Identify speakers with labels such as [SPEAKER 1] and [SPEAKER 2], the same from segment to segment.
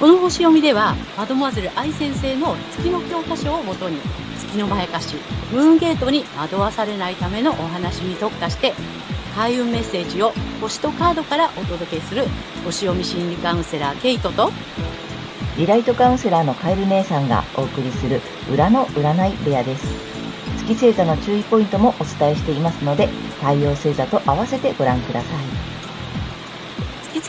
[SPEAKER 1] この星読みでは、マドモアゼル愛先生の月の教科書をもとに、月のまやかし、ムーンゲートに惑わされないためのお話に特化して、開運メッセージを星とカードからお届けする、星読み心理カウンセラーケイトと、
[SPEAKER 2] リライトカウンセラーのカエル姉さんがお送りする裏の占い部屋です。月星座の注意ポイントもお伝えしていますので、太陽星座と合わせてご覧くださ
[SPEAKER 1] い。月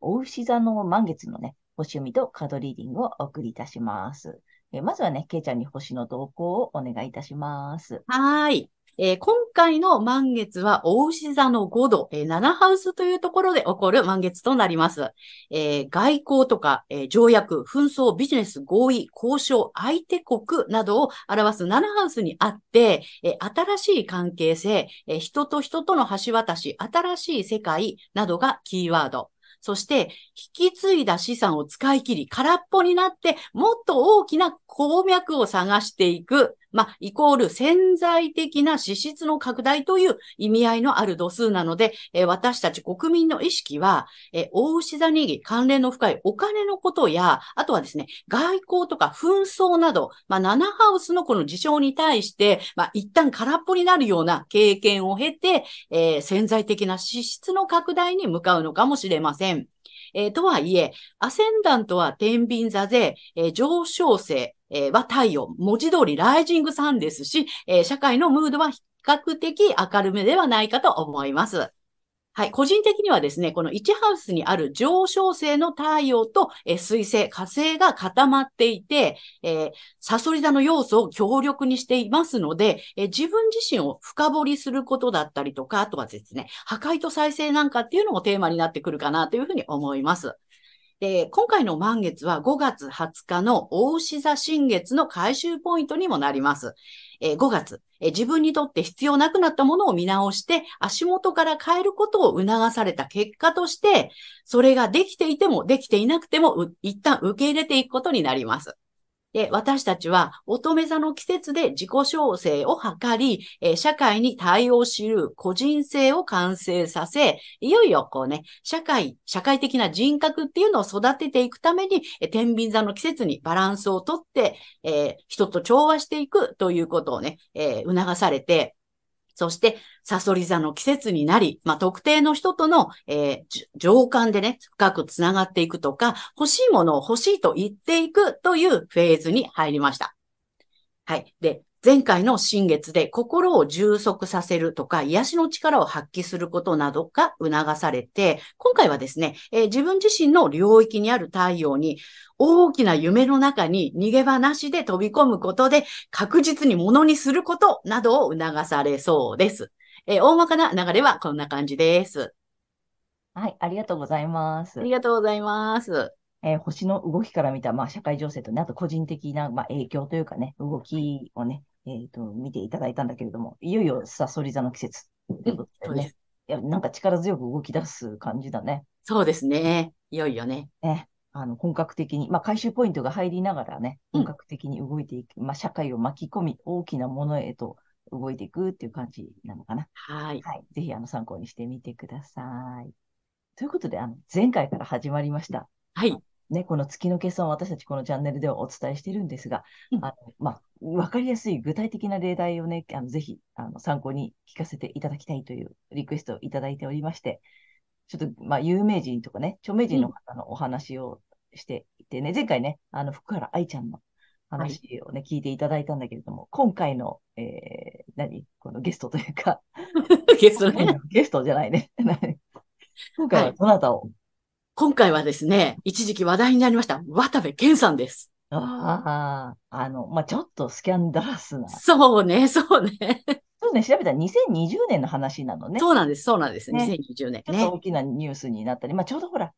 [SPEAKER 2] お牛座の満月のね、星読みとカードリーディングをお送りいたします。えー、まずはね、ケイちゃんに星の動向をお願いいたします。
[SPEAKER 3] はい。えー、今回の満月は、大牛座の5度、えー、7ハウスというところで起こる満月となります。えー、外交とか、え条約、紛争、ビジネス、合意、交渉、相手国などを表す7ハウスにあって、え新しい関係性、え人と人との橋渡し、新しい世界などがキーワード。そして、引き継いだ資産を使い切り、空っぽになって、もっと大きな鉱脈を探していく。まあ、イコール潜在的な資質の拡大という意味合いのある度数なので、え私たち国民の意識は、え大牛座に関連の深いお金のことや、あとはですね、外交とか紛争など、まあ、7ハウスのこの事象に対して、まあ、一旦空っぽになるような経験を経て、えー、潜在的な資質の拡大に向かうのかもしれません。えー、とはいえ、アセンダントは天秤座で、えー、上昇性、えー、は太陽、文字通りライジングサンですし、え社会のムードは比較的明るめではないかと思います。はい。個人的にはですね、この1ハウスにある上昇性の太陽と、え水星、火星が固まっていて、えー、サソリ座の要素を強力にしていますので、えー、自分自身を深掘りすることだったりとか、あとはですね、破壊と再生なんかっていうのもテーマになってくるかなというふうに思います。で、今回の満月は5月20日の大牛座新月の回収ポイントにもなります。え5月、え自分にとって必要なくなったものを見直して、足元から変えることを促された結果として、それができていてもできていなくても、一旦受け入れていくことになります。で私たちは乙女座の季節で自己調整を図り、え社会に対応しる個人性を完成させ、いよいよこうね、社会、社会的な人格っていうのを育てていくために、え天秤座の季節にバランスをとって、えー、人と調和していくということをね、えー、促されて、そして、サソリ座の季節になり、まあ、特定の人との、えー、情感でね、深くつながっていくとか、欲しいものを欲しいと言っていくというフェーズに入りました。はい。で、前回の新月で心を充足させるとか、癒しの力を発揮することなどが促されて、今回はですね、えー、自分自身の領域にある太陽に、大きな夢の中に逃げ場なしで飛び込むことで、確実にものにすることなどを促されそうです。えー、大まかな流れはこんな感じです。
[SPEAKER 2] はい、ありがとうございます。
[SPEAKER 3] ありがとうございます。
[SPEAKER 2] えー、星の動きから見た、まあ、社会情勢とね、あと個人的な、まあ、影響というかね、動きをね、えーと、と見ていただいたんだけれども、いよいよさそり座の季節ということでね、うん、いやなんか力強く動き出す感じだね。
[SPEAKER 3] そうですね、いよいよね。
[SPEAKER 2] ねあの本格的に、まあ、回収ポイントが入りながらね、本格的に動いていく、うん、まあ、社会を巻き込み、大きなものへと動いていくっていう感じなのかな。
[SPEAKER 3] はい,
[SPEAKER 2] はい、ぜひあの参考にしてみてください。ということで、あの前回から始まりました。
[SPEAKER 3] はい。
[SPEAKER 2] ね、この月の計算を私たちこのチャンネルではお伝えしているんですが、うん、あのまあ、分かりやすい具体的な例題をね、あのぜひあの参考に聞かせていただきたいというリクエストをいただいておりまして、ちょっと、まあ、有名人とかね、著名人の方のお話をしていてね、うん、前回ね、あの福原愛ちゃんの話をね、はい、聞いていただいたんだけれども、今回の、えー、何このゲストというか、
[SPEAKER 3] ゲスト ね。
[SPEAKER 2] ゲストじゃないね。 今回はどなたを、はい
[SPEAKER 3] 今回はですね、一時期話題になりました、渡部健さんです。
[SPEAKER 2] ああ、あの、まあ、ちょっとスキャンダラスな。
[SPEAKER 3] そうね、そうね。
[SPEAKER 2] そうね、調べたら2020年の話なのね。
[SPEAKER 3] そうなんです、そうなんです。ね、2020年、ね、
[SPEAKER 2] ちょっと大きなニュースになったり、まあ、ちょうどほら、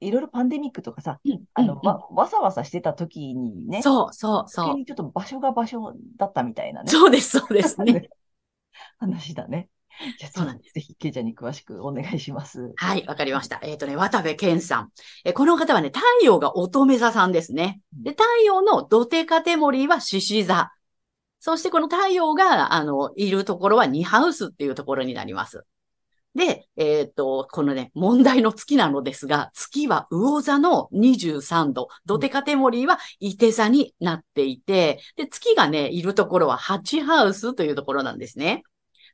[SPEAKER 2] いろいろパンデミックとかさ、
[SPEAKER 3] うん
[SPEAKER 2] あの、わ、わさわさしてた時にね、
[SPEAKER 3] そうそう
[SPEAKER 2] う
[SPEAKER 3] そう。
[SPEAKER 2] にちょっと場所が場所だったみたいなね。
[SPEAKER 3] そうです、そうですね。
[SPEAKER 2] 話だね。じゃあ、
[SPEAKER 3] そうなん
[SPEAKER 2] です。ぜひ、ケイちゃんに詳しくお願いします。。
[SPEAKER 3] はい、わかりました。えっ、とね、渡部健さん。えーこの方はね、太陽が乙女座さんですね。で、太陽の土手カテゴリーは獅子座。そしてこの太陽が、あの、いるところはニハウスっていうところになります。で、えっ、と、このね、問題の月なのですが、月は魚座の23度、土手カテゴリーは伊手座になっていて、で、月がね、いるところは8ハウスというところなんですね。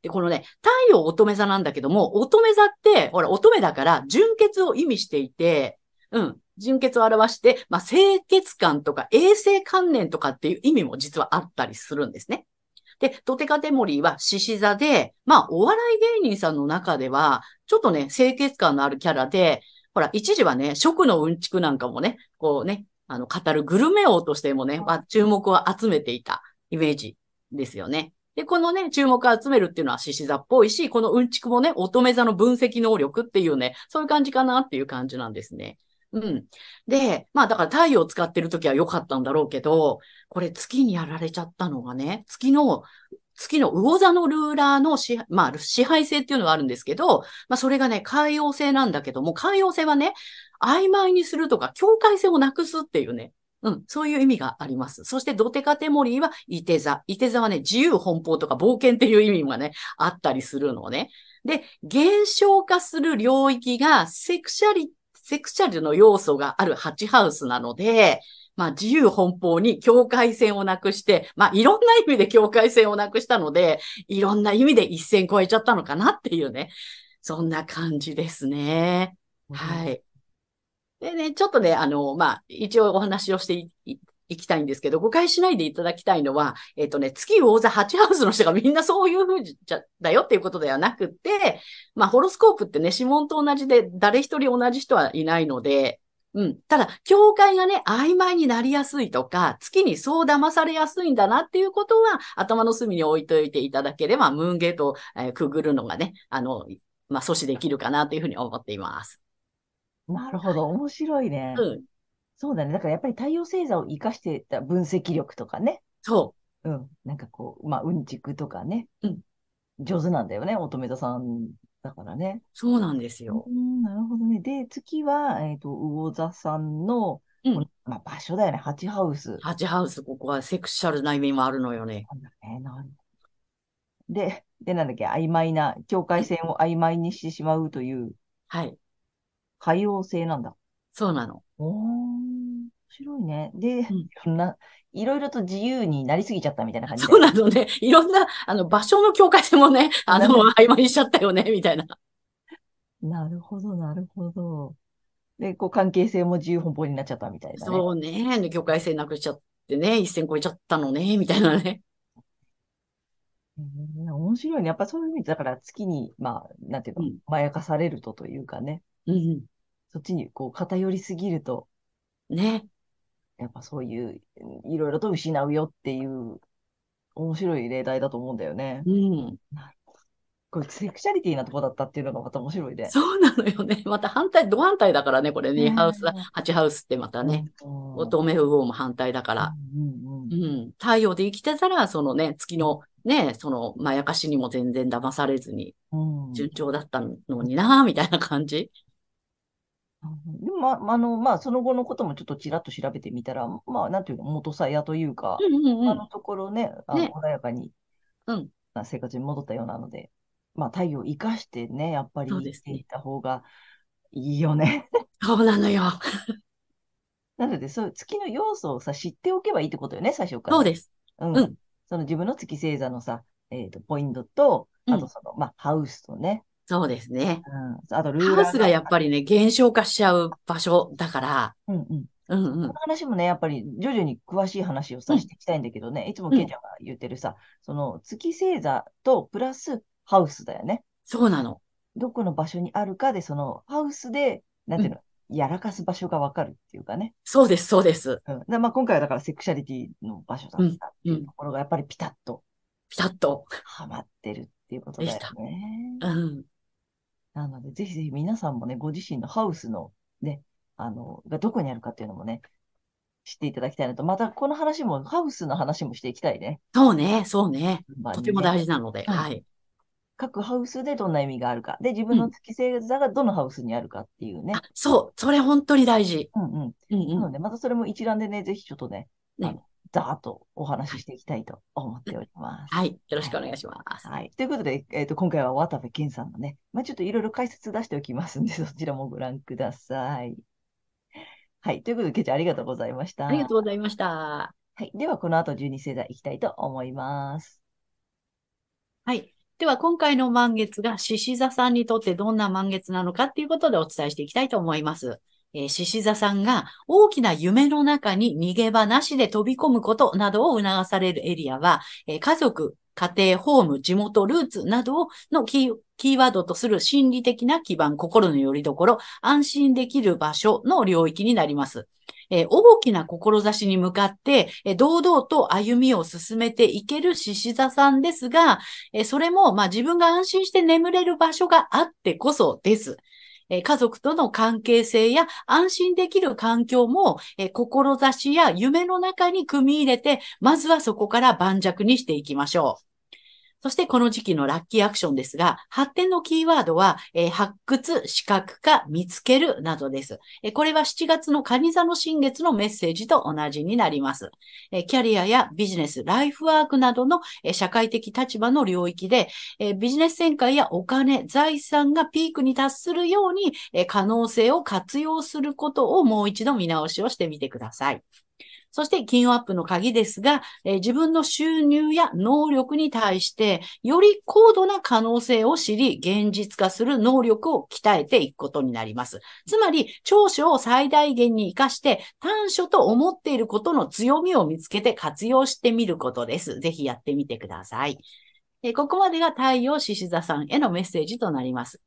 [SPEAKER 3] で、このね、太陽乙女座なんだけども、乙女座って、ほら、乙女だから、純潔を意味していて、うん、純潔を表して、まあ、清潔感とか衛生観念とかっていう意味も実はあったりするんですね。で、ドテカテモリーは獅子座で、まあ、お笑い芸人さんの中では、ちょっとね、清潔感のあるキャラで、ほら、一時はね、食のうんちくなんかもね、こうね、あの、語るグルメ王としてもね、まあ、注目を集めていたイメージですよね。で、このね、注目を集めるっていうのは獅子座っぽいし、このうんちくもね、乙女座の分析能力っていうね、そういう感じかなっていう感じなんですね。うん。で、まあだから太陽を使ってる時は良かったんだろうけど、これ月にやられちゃったのがね、月の、月の魚座のルーラーの支配、まあ支配性っていうのはあるんですけど、まあそれがね、海洋性なんだけども、海洋性はね、曖昧にするとか、境界線をなくすっていうね、うん、そういう意味があります。そして、ドテカテモリーは、イテ座。イテ座はね、自由奔放とか冒険っていう意味がね、あったりするのね。で、減少化する領域が、セクシャリ、セクシャルの要素があるハチハウスなので、まあ、自由奔放に境界線をなくして、まあ、いろんな意味で境界線をなくしたので、いろんな意味で一線超えちゃったのかなっていうね。そんな感じですね。はいい。でね、ちょっとね、あの、まあ、一応お話をしていいいきたいんですけど、誤解しないでいただきたいのは、えっ、とね、月魚座8ハウスの人がみんなそういうふうじゃ、だよっていうことではなくて、まあ、ホロスコープってね、指紋と同じで、誰一人同じ人はいないので、うん。ただ、境界がね、曖昧になりやすいとか、月にそう騙されやすいんだなっていうことは、頭の隅に置いといていただければ、ムーンゲートを、えーくぐるのがね、あの、まあ、阻止できるかなというふうに思っています。
[SPEAKER 2] なるほど。面白いね。
[SPEAKER 3] うん。
[SPEAKER 2] そうだね。だからやっぱり太陽星座を生かしてた分析力とかね。
[SPEAKER 3] そ
[SPEAKER 2] うん。なんかこう、まあ、うんちくとかね。
[SPEAKER 3] うん
[SPEAKER 2] 上手なんだよね。乙女座さんだからね
[SPEAKER 3] う。。そうなんですよ。
[SPEAKER 2] うん、なるほどね。で、次は、えっと、魚座さんの、
[SPEAKER 3] うん
[SPEAKER 2] まあ、場所だよね。ハチハウス。
[SPEAKER 3] ハチハウス、ここはセクシャルな意味もあるのよね。
[SPEAKER 2] なんだね、なるで、で、なんだっけ、曖昧な、境界線を曖昧にしてしまうという、
[SPEAKER 3] はい。
[SPEAKER 2] 海洋性なんだ。
[SPEAKER 3] そうなの。
[SPEAKER 2] おー、面白いね。で、
[SPEAKER 3] ん
[SPEAKER 2] そんな、いろいろと自由になりすぎちゃったみたいな感じで
[SPEAKER 3] そう。なのね。いろんな、あの、場所の境界線もね、あの、曖昧にしちゃったよね、みたいな。
[SPEAKER 2] なるほど、なるほど。で、こう、関係性も自由奔放になっちゃったみたいだね。
[SPEAKER 3] そうね。境界線なくしちゃってね、一線超えちゃったのね、みたいなね。
[SPEAKER 2] へー面白いね。やっぱそういう意味で、だから月に、まあ、なんていうか
[SPEAKER 3] うん、
[SPEAKER 2] まやかされるとというかね、
[SPEAKER 3] うん。
[SPEAKER 2] そっちにこう偏りすぎると、
[SPEAKER 3] ね。
[SPEAKER 2] やっぱそういう、いろいろと失うよっていう、面白い例題だと思うんだよね。
[SPEAKER 3] うん。
[SPEAKER 2] これ、セクシャリティなとこだったっていうのがまた面白いね。
[SPEAKER 3] そうなのよね。また反対、ド反対だからね、これね。
[SPEAKER 2] ねえ
[SPEAKER 3] ハウス、ハチハウスってまたね。
[SPEAKER 2] うん
[SPEAKER 3] 乙女ウオも反対だから。
[SPEAKER 2] うんうん
[SPEAKER 3] う。ん、太陽で生きてたら、そのね、月のね、そのまやかしにも全然騙されずに
[SPEAKER 2] うん
[SPEAKER 3] 順調だったのにな、みたいな感じ。
[SPEAKER 2] でも、ままあの、まあ、その後のこともちょっとちらっと調べてみたら、まあ、なんていうの、元さやというか、
[SPEAKER 3] うんうんう
[SPEAKER 2] 今
[SPEAKER 3] ん。
[SPEAKER 2] のところね、あの
[SPEAKER 3] ね
[SPEAKER 2] 穏やかに
[SPEAKER 3] うん
[SPEAKER 2] な生活に戻ったようなので、まあ、太陽を生かしてね、やっぱり
[SPEAKER 3] そう
[SPEAKER 2] 生
[SPEAKER 3] で
[SPEAKER 2] き
[SPEAKER 3] す
[SPEAKER 2] て
[SPEAKER 3] ね
[SPEAKER 2] いた方がいいよね。
[SPEAKER 3] そうなのよ。
[SPEAKER 2] なので、そういう月の要素をさ、知っておけばいいってことよね、最初から。
[SPEAKER 3] そうです。
[SPEAKER 2] うん
[SPEAKER 3] うん
[SPEAKER 2] その自分の月星座のさ、えっと、ポイントと、
[SPEAKER 3] うん
[SPEAKER 2] あとその、まあ、ハウスとね、
[SPEAKER 3] そうですね。
[SPEAKER 2] うん、あとルー
[SPEAKER 3] ハ
[SPEAKER 2] ラ
[SPEAKER 3] ウ
[SPEAKER 2] ー
[SPEAKER 3] スがやっぱりね、減少化しちゃう場所だから、
[SPEAKER 2] うんうん。
[SPEAKER 3] うんう
[SPEAKER 2] こ
[SPEAKER 3] ん
[SPEAKER 2] の。話もね、やっぱり徐々に詳しい話を
[SPEAKER 3] う
[SPEAKER 2] さ、
[SPEAKER 3] ん
[SPEAKER 2] していきたいんだけどね、いつも
[SPEAKER 3] うん
[SPEAKER 2] ケイちゃんが言ってるさ、その月星座とプラスハウスだよね。
[SPEAKER 3] そうなの。
[SPEAKER 2] どこの場所にあるかで、そのハウスで、なんていうの、やらかす場所がわかるっていうかね。
[SPEAKER 3] そうです、そうです。
[SPEAKER 2] うん、でまあ、今回はだからセクシャリティの場所だったっていうところが、やっぱりピタッと
[SPEAKER 3] ピタッと。
[SPEAKER 2] はまってるっていうことだよ
[SPEAKER 3] でし
[SPEAKER 2] ね。
[SPEAKER 3] うん。
[SPEAKER 2] なので、ぜひぜひ皆さんもね、ご自身のハウスのね、あの、がどこにあるかっていうのもね、知っていただきたいなと、またこの話も、ハウスの話もしていきたいね。
[SPEAKER 3] そうね、そうね。
[SPEAKER 2] まあ
[SPEAKER 3] とても
[SPEAKER 2] ね
[SPEAKER 3] 大事なので。
[SPEAKER 2] うん
[SPEAKER 3] はい。
[SPEAKER 2] 各ハウスでどんな意味があるか。で、自分の月星座がどのハウスにあるかっていうね
[SPEAKER 3] あ。、そう、それ本当に大事。
[SPEAKER 2] うんうん。
[SPEAKER 3] うん
[SPEAKER 2] な
[SPEAKER 3] う
[SPEAKER 2] の
[SPEAKER 3] ん。
[SPEAKER 2] で、またそれも一覧でね、ぜひちょっとね、
[SPEAKER 3] ね
[SPEAKER 2] あのざーっとお話ししていきたいと思っております。
[SPEAKER 3] はい。よろしくお願いします。
[SPEAKER 2] はい。ということで、えっ、と、今回は渡部健さんのね、まあ、ちょっといろいろ解説出しておきますんで、そ ちらもご覧ください。はい。ということで、ケイちゃんありがとうございました。
[SPEAKER 3] ありがとうございました。
[SPEAKER 2] はい。では、この後12星座いきたいと思います。
[SPEAKER 3] はい。では、今回の満月が獅子座さんにとってどんな満月なのかっていうことでお伝えしていきたいと思います。えー、獅子座さんが大きな夢の中に逃げ場なしで飛び込むことなどを促されるエリアは、えー家族、家庭、ホーム、地元、ルーツなどをのキーキーワードとする心理的な基盤、心の拠り所、安心できる場所の領域になります。えー大きな志に向かって、えー堂々と歩みを進めていける獅子座さんですが、えーそれも、まあ、自分が安心して眠れる場所があってこそです。えー家族との関係性や安心できる環境も、えー志や夢の中に組み入れて、まずはそこから盤石にしていきましょう。そしてこの時期のラッキーアクションですが、発展のキーワードは、えー発掘、視覚化、見つけるなどです。えーこれは7月の蟹座の新月のメッセージと同じになります。えーキャリアやビジネス、ライフワークなどのえー社会的立場の領域で、えービジネス展開やお金、財産がピークに達するように、えー可能性を活用することをもう一度見直しをしてみてください。そして、金運アップの鍵ですが、えー自分の収入や能力に対して、より高度な可能性を知り、現実化する能力を鍛えていくことになります。つまり、長所を最大限に活かして、短所と思っていることの強みを見つけて活用してみることです。ぜひやってみてください。えーここまでが太陽獅子座さんへのメッセージとなります。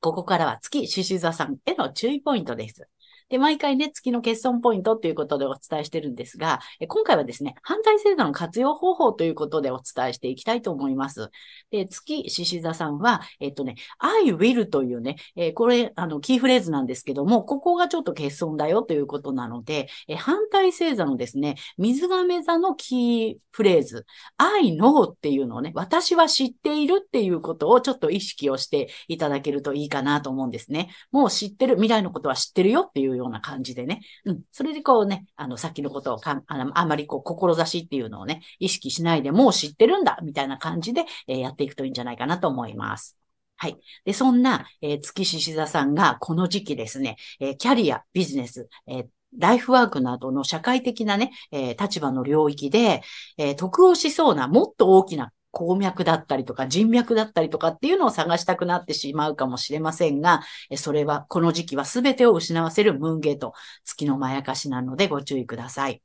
[SPEAKER 3] ここからは月獅子座さんへの注意ポイントです。で、毎回ね、月の欠損ポイントということでお伝えしてるんですが、えー今回はですね、反対星座の活用方法ということでお伝えしていきたいと思います。で、月獅子座さんは、えっとね、I will というね、えーこれ、あの、キーフレーズなんですけども、ここがちょっと欠損だよということなので、えー反対星座のですね、水亀座のキーフレーズ、I know っていうのをね、私は知っているっていうことをちょっと意識をしていただけるといいかなと思うんですね。もう知ってる、未来のことは知ってるよっていうような感じでね。うん。それでこうね、あの、先のことをかんあのあまりこう、志っていうのをね、意識しないでもう知ってるんだみたいな感じで、えーやっていくといいんじゃないかなと思います。はい。で、そんな、えー月獅子座さんがこの時期ですね、えーキャリア、ビジネス、えーライフワークなどの社会的なね、えー立場の領域で、えー得をしそうなもっと大きな鉱脈だったりとか人脈だったりとかっていうのを探したくなってしまうかもしれませんが、えーそれは、この時期は全てを失わせるムーンゲート、月のまやかしなのでご注意ください。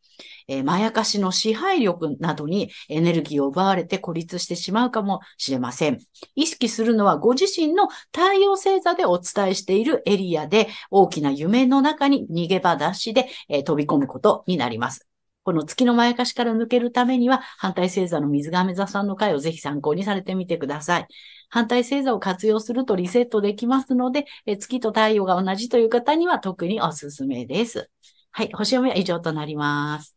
[SPEAKER 3] えーまやかしの支配力などにエネルギーを奪われて孤立してしまうかもしれません。意識するのはご自身の太陽星座でお伝えしているエリアで大きな夢の中に逃げ場なしで、えー飛び込むことになります。この月のまやかしから抜けるためには、反対星座の水亀座さんの回をぜひ参考にされてみてください。反対星座を活用するとリセットできますので、えー月と太陽が同じという方には特におすすめです。はい、星読みは以上となります。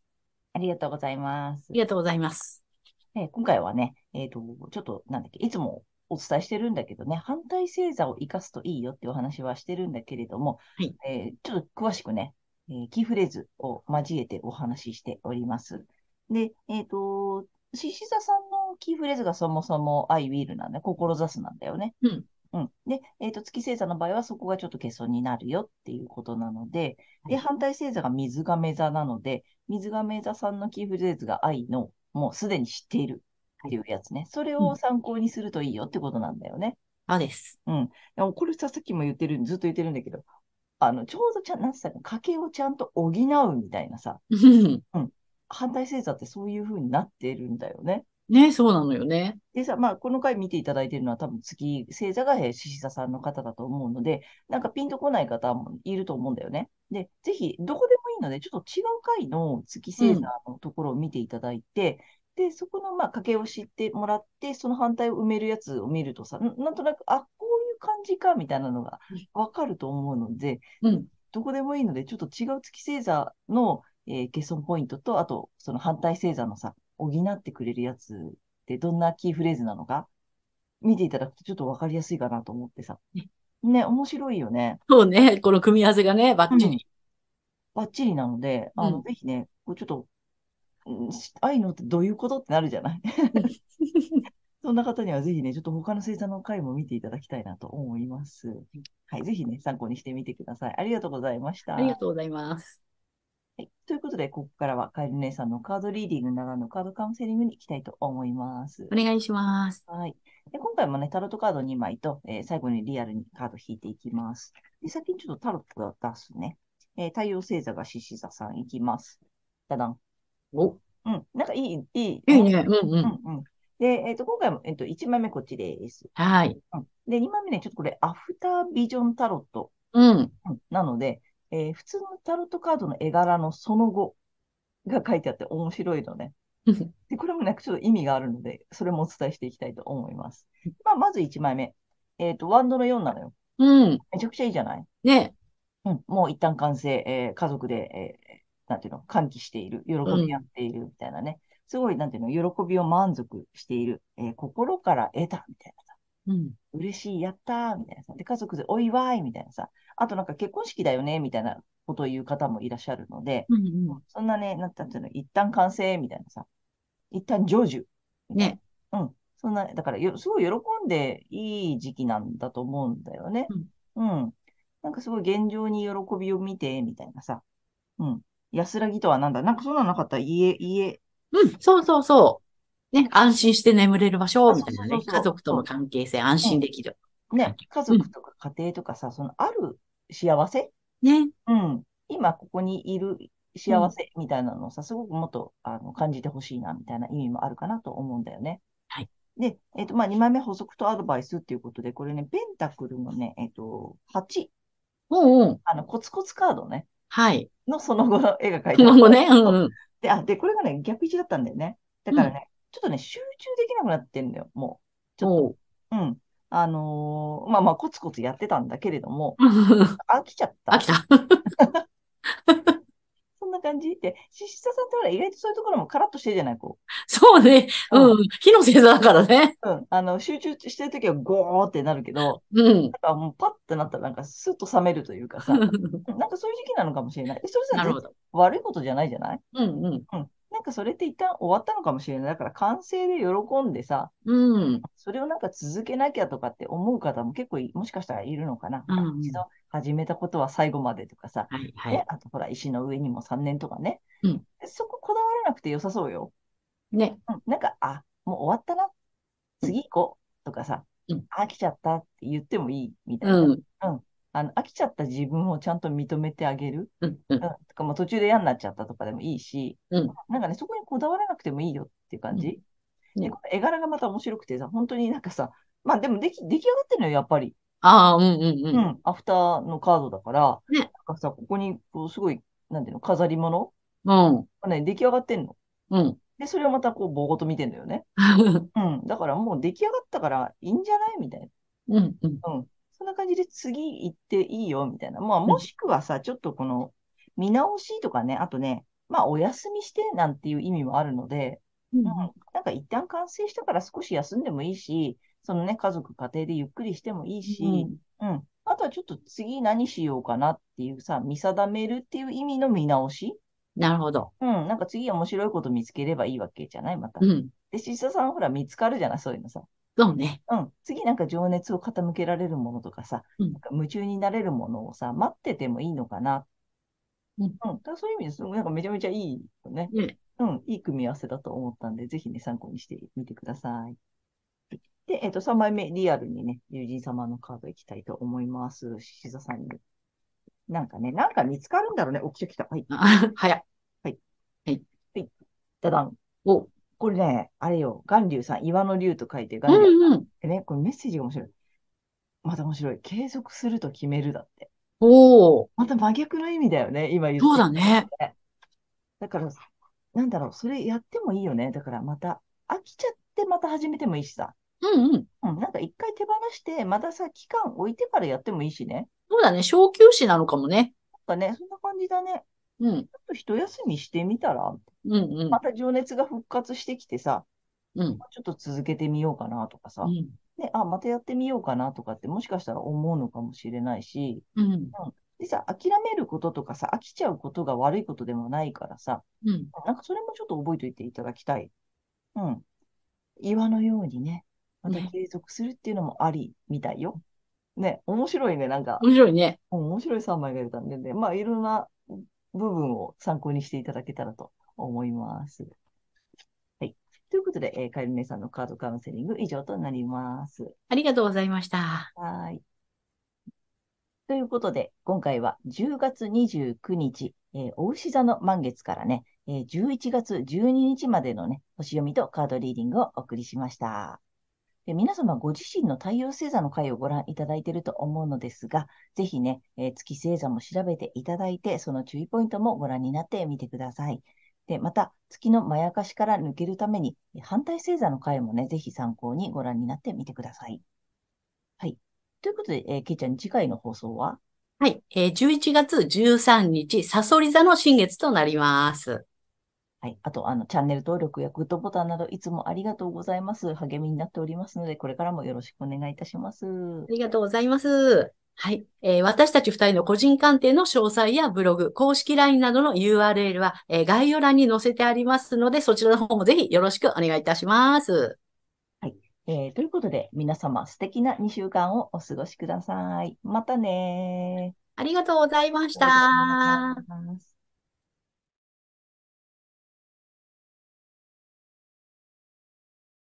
[SPEAKER 2] ありがとうございます
[SPEAKER 3] あり。がとうございます。
[SPEAKER 2] えー今回はね、えっ、と、ちょっと、なんだっけ、いつもお伝えしてるんだけどね、反対星座を生かすといいよっていうお話はしてるんだけれども、
[SPEAKER 3] はい
[SPEAKER 2] えーちょっと詳しくね、えーキーフレーズを交えてお話ししております。で、えっ、と、獅子座さんのキーフレーズがそもそも I will なんだ、志すなんだよね。
[SPEAKER 3] うん。
[SPEAKER 2] うん、で、えっ、と、月星座の場合はそこがちょっと欠損になるよっていうことなので、で、反対星座が水亀座なので、水亀座さんのキーフレーズが愛の、もうすでに知っているっていうやつね。それ
[SPEAKER 3] う
[SPEAKER 2] を
[SPEAKER 3] ん
[SPEAKER 2] 参考にするといいよってことなんだよね。
[SPEAKER 3] あです。
[SPEAKER 2] でもこれさ、さっきも言ってる、ずっと言ってるんだけど、あの、ちょうどちゃん、なんつったか、家計をちゃんと補うみたいなさ、反対星座ってそういう風になってるんだよね。
[SPEAKER 3] ね、そうなのよね。
[SPEAKER 2] でさ、まあ、この回見ていただいているのは多分月星座がえー獅子座さんの方だと思うので、なんかピンとこない方もいると思うんだよね。で、ぜひ、どこでもいいので、ちょっと違う回の月星座のところを見ていただいて、で、そこの、まあ、家計を知ってもらって、その反対を埋めるやつを見るとさ、んなんとなく、あ、こういう感じか、みたいなのがわかると思うので、
[SPEAKER 3] うん。
[SPEAKER 2] どこでもいいので、ちょっと違う月星座の、えー欠損ポイントと、あと、その反対星座のさ、補ってくれるやつってどんなキーフレーズなのか、見ていただくとちょっとわかりやすいかなと思ってさ。ね、面白いよね。
[SPEAKER 3] そうね。この組み合わせがね、バッチリ。
[SPEAKER 2] バッチリなので、あの、
[SPEAKER 3] うん
[SPEAKER 2] ぜひね、こうちょっと、うんしああいうのってどういうことってなるじゃない そんな方にはぜひね、ちょっと他の星座の回も見ていただきたいなと思います。はい、ぜひね、参考にしてみてください。ありがとうございました。
[SPEAKER 3] ありがとうございます。
[SPEAKER 2] はい。ということで、ここからはカエル姉さんのカードリーディングならぬカードカウンセリングに行きたいと思います
[SPEAKER 3] お。願いします。
[SPEAKER 2] はい。で、今回もね、タロットカード2枚と、えー最後にリアルにカード引いていきます。で、先にちょっとタロット出すね。えー太陽星座が獅子座さんいきます。ダダン。
[SPEAKER 3] お、
[SPEAKER 2] うん。なんかいい、いい。
[SPEAKER 3] いいね。うんう。
[SPEAKER 2] うんんうん。で、えっ、と、今回も、えっ、と、1枚目こっちです。
[SPEAKER 3] はい。
[SPEAKER 2] うん。で、2枚目ね、ちょっとこれ、アフタービジョンタロット。
[SPEAKER 3] うん。
[SPEAKER 2] うんなので、えー普通のタロットカードの絵柄のその後が書いてあって面白いのね。で、これもなんかちょっと意味があるので、それもお伝えしていきたいと思います。まあ、まず1枚目。えっ、と、ワンドの4なのよ。
[SPEAKER 3] うん。
[SPEAKER 2] めちゃくちゃいいじゃない
[SPEAKER 3] ね。
[SPEAKER 2] うん。もう一旦完成、えー家族で、えーなんていうの、歓喜している、喜び合っているみたいなね。すごい、なんていうの、喜びを満足している、えー心から得たみたいな。
[SPEAKER 3] うん。
[SPEAKER 2] 嬉しい、やったーみたいなさ。で、家族でお祝いみたいなさ。あとなんか結婚式だよねみたいなことを言う方もいらっしゃるので、
[SPEAKER 3] うんう
[SPEAKER 2] そんなね、なんたっていうの、一旦完成みたいなさ。一旦成就。
[SPEAKER 3] ん。ね。
[SPEAKER 2] そんな、だからよ、すごい喜んでいい時期なんだと思うんだよね。うん。なんかすごい現状に喜びを見て、みたいなさ。うん。安らぎとはなんだなんかそんなのなかった家、家。
[SPEAKER 3] うん。そうそうそう。ね。安心して眠れる場所、
[SPEAKER 2] あ
[SPEAKER 3] みたいな
[SPEAKER 2] そう
[SPEAKER 3] ね。
[SPEAKER 2] そうそうそう
[SPEAKER 3] 家族との関係性、安心できる。
[SPEAKER 2] ね、家族とか家庭とかさ、そのある幸せ
[SPEAKER 3] ね。
[SPEAKER 2] うん。今ここにいる幸せみたいなのをさ、すごくもっとあの感じてほしいなみたいな意味もあるかなと思うんだよね。
[SPEAKER 3] はい。
[SPEAKER 2] で、えっと、まあ、2枚目補足とアドバイスっていうことで、これね、ペンタクルのね、えっと、8、
[SPEAKER 3] うんうん。
[SPEAKER 2] あの、コツコツカードね、
[SPEAKER 3] はい。
[SPEAKER 2] のその後の絵が描いてあ
[SPEAKER 3] 今
[SPEAKER 2] る。
[SPEAKER 3] 後ね。うんうん。
[SPEAKER 2] で、あ、で、これがね、逆位置だったんだよね。だからね、ちょっとね、集中できなくなってんだよ、もう。ちょっ
[SPEAKER 3] おう。
[SPEAKER 2] と。うん。あのーまあまあ、コツコツやってたんだけれども、飽きちゃった
[SPEAKER 3] 飽き。た。
[SPEAKER 2] そんな感じで、獅子座さんってほら、意外とそういうところもカラッとしてるじゃない、こ
[SPEAKER 3] そうね。
[SPEAKER 2] う。
[SPEAKER 3] うん。火の星座だからね。
[SPEAKER 2] うん。あの、集中してるときはゴーってなるけど、
[SPEAKER 3] うん。
[SPEAKER 2] なんかもうパッてなったらなんかスッと冷めるというかさ、なんかそういう時期なのかもしれない。でそれ
[SPEAKER 3] な
[SPEAKER 2] さ
[SPEAKER 3] る、ほど。
[SPEAKER 2] 悪いことじゃないじゃない
[SPEAKER 3] うんうん。
[SPEAKER 2] なんかそれって一旦終わったのかもしれない。だから完成で喜んでさ、
[SPEAKER 3] うん。
[SPEAKER 2] それをなんか続けなきゃとかって思う方も結構いもしかしたらいるのかな。
[SPEAKER 3] うんうん
[SPEAKER 2] 一度始めたことは最後までとかさ、
[SPEAKER 3] はいは
[SPEAKER 2] ね
[SPEAKER 3] い。
[SPEAKER 2] あとほら、石の上にも3年とかね。
[SPEAKER 3] うん
[SPEAKER 2] そここだわらなくて良さそうよ。
[SPEAKER 3] ね。
[SPEAKER 2] うんなんか、あ、もう終わったな。次行こう。とかさ、
[SPEAKER 3] うん
[SPEAKER 2] 飽きちゃったって言ってもいいみたいな、
[SPEAKER 3] うん。
[SPEAKER 2] あの。飽きちゃった自分をちゃんと認めてあげる。
[SPEAKER 3] うんうん
[SPEAKER 2] うん、とか、もう途中で嫌になっちゃったとかでもいいし、
[SPEAKER 3] うん
[SPEAKER 2] なんかね、そこにこだわらなくてもいいよっていう感じ。
[SPEAKER 3] うんね
[SPEAKER 2] でこの絵柄がまた面白くてさ、本当になんかさ、まあでもでき出来上がってるのよ、やっぱり。
[SPEAKER 3] ああ、うんうん
[SPEAKER 2] う
[SPEAKER 3] うん。
[SPEAKER 2] ん、アフターのカードだから、
[SPEAKER 3] ね
[SPEAKER 2] なんかさ、ここにこうすごい、なんていうの、飾り物
[SPEAKER 3] うん。
[SPEAKER 2] がね、出来上がってんの。
[SPEAKER 3] うん。
[SPEAKER 2] で、それをまたこう、ぼーっと見てんだよね。うん、だからもう出来上がったからいいんじゃないみたいな。
[SPEAKER 3] うんうん。
[SPEAKER 2] そんな感じで次行っていいよみたいな。まあ、もしくはさ、ちょっとこの見直しとかね、あとね、まあお休みしてなんていう意味もあるので、うん、なんか一旦完成したから少し休んでもいいし、そのね、家族、家庭でゆっくりしてもいいし、うん、あとはちょっと次何しようかなっていうさ、見定めるっていう意味の見直し。
[SPEAKER 3] なるほど。
[SPEAKER 2] うん、なんか次面白いこと見つければいいわけじゃないまた
[SPEAKER 3] う。ん。
[SPEAKER 2] で、シスタさんほら見つかるじゃない、そういうのさ。
[SPEAKER 3] そう ね。
[SPEAKER 2] うん、次なんか情熱を傾けられるものとかさ、
[SPEAKER 3] うん
[SPEAKER 2] なんか夢中になれるものをさ、待っててもいいのかな。
[SPEAKER 3] うん
[SPEAKER 2] だからそういう意味ですごいなんかめちゃめちゃいいよね。
[SPEAKER 3] ね
[SPEAKER 2] うん、いい組み合わせだと思ったんで、ぜひね、参考にしてみてください。で、えっ、と、3枚目、リアルにね、友人様のカードいきたいと思います。しし座さんに。なんかね、なんか見つかるんだろうね。お、来た来た。はい、
[SPEAKER 3] あ早っ。
[SPEAKER 2] ダダン。
[SPEAKER 3] お。
[SPEAKER 2] これね、あれよ、岩流さん、岩の竜と書いて
[SPEAKER 3] う
[SPEAKER 2] 岩流
[SPEAKER 3] んうん。
[SPEAKER 2] でね、これメッセージが面白い。また面白い。継続すると決めるだって。
[SPEAKER 3] おお。
[SPEAKER 2] また真逆の意味だよね、今言って
[SPEAKER 3] そうだ
[SPEAKER 2] ね。
[SPEAKER 3] ね。
[SPEAKER 2] だから、なんだろう、それやってもいいよね。だからまた、飽きちゃってまた始めてもいいしさ。
[SPEAKER 3] うんうん。
[SPEAKER 2] うん、なんか一回手放して、またさ、期間置いてからやってもいいしね。
[SPEAKER 3] そうだね。小休止なのかもね。
[SPEAKER 2] かね、そんな感じだね。
[SPEAKER 3] うん。
[SPEAKER 2] ちょっと一休みしてみたら、
[SPEAKER 3] うんうん。
[SPEAKER 2] また情熱が復活してきてさ、
[SPEAKER 3] うん。
[SPEAKER 2] ちょっと続けてみようかなとかさ、
[SPEAKER 3] うん。
[SPEAKER 2] ね、あ、またやってみようかなとかってもしかしたら思うのかもしれないし、
[SPEAKER 3] うん。
[SPEAKER 2] でさ、諦めることとかさ、飽きちゃうことが悪いことでもないからさ、
[SPEAKER 3] うん。
[SPEAKER 2] なんかそれもちょっと覚えておいていただきたい。うん。岩のようにね、また
[SPEAKER 3] ね
[SPEAKER 2] 継続するっていうのもありみたいよ。ね、面白いね、なんか、
[SPEAKER 3] 面白いね。
[SPEAKER 2] うん面白い3枚が出たんでね、まあいろんな部分を参考にしていただけたらと思います。はい。ということで、えー、カエル姉さんのカードカウンセリング以上となります。
[SPEAKER 3] ありがとうございました。
[SPEAKER 2] はい。ということで、今回は10月29日、えー、お牛座の満月からね、えー、11月12日までのね、星読みとカードリーディングをお送りしました。で皆様ご自身の太陽星座の回をご覧いただいていると思うのですが、ぜひね、えー月星座も調べていただいて、その注意ポイントもご覧になってみてください。で、また、月のまやかしから抜けるために、反対星座の回もね、ぜひ参考にご覧になってみてください。ということで、えー、けいちゃん、次回の放送は
[SPEAKER 3] はい。えー、11月13日、サソリ座の新月となります。
[SPEAKER 2] はい。あと、あの、チャンネル登録やグッドボタンなど、いつもありがとうございます。励みになっておりますので、これからもよろしくお願いいたしま
[SPEAKER 3] あ
[SPEAKER 2] す。
[SPEAKER 3] りがとうございます。はい。えー私たち二人の個人鑑定の詳細やブログ、公式 LINE などの URL は、えー概要欄に載せてありますので、そちらの方もぜひよろしくお願いいたします。
[SPEAKER 2] えー、ということで、皆様、素敵な2週間をお過ごしください。またね
[SPEAKER 3] ありがとうございまし
[SPEAKER 2] ー。
[SPEAKER 3] た。
[SPEAKER 2] ありがとうございます